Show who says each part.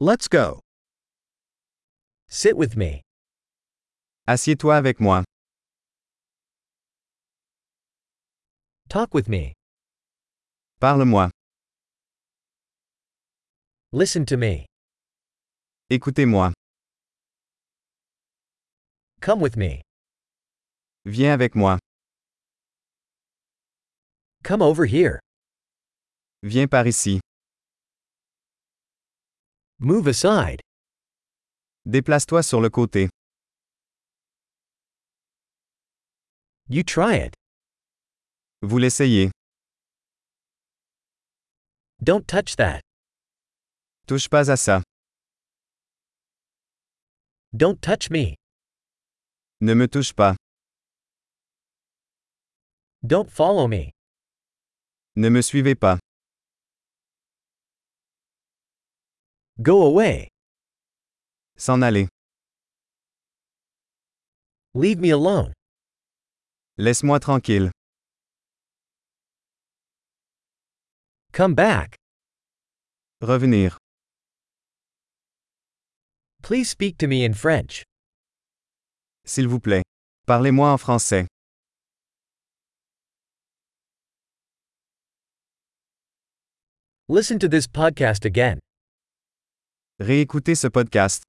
Speaker 1: Let's go.
Speaker 2: Sit with me.
Speaker 1: Assieds-toi avec moi.
Speaker 2: Talk with me.
Speaker 1: Parle-moi.
Speaker 2: Listen to me.
Speaker 1: Écoutez-moi.
Speaker 2: Come with me.
Speaker 1: Viens avec moi.
Speaker 2: Come over here.
Speaker 1: Viens par ici.
Speaker 2: Move aside.
Speaker 1: Déplace-toi sur le côté.
Speaker 2: You try it.
Speaker 1: Vous l'essayez.
Speaker 2: Don't touch that.
Speaker 1: Touche pas à ça.
Speaker 2: Don't touch me.
Speaker 1: Ne me touche pas.
Speaker 2: Don't follow me.
Speaker 1: Ne me suivez pas.
Speaker 2: Go away.
Speaker 1: S'en aller.
Speaker 2: Leave me alone.
Speaker 1: Laisse-moi tranquille.
Speaker 2: Come back.
Speaker 1: Revenir.
Speaker 2: Please speak to me in French.
Speaker 1: S'il vous plaît. Parlez-moi en français.
Speaker 2: Listen to this podcast again.
Speaker 1: Réécoutez ce podcast.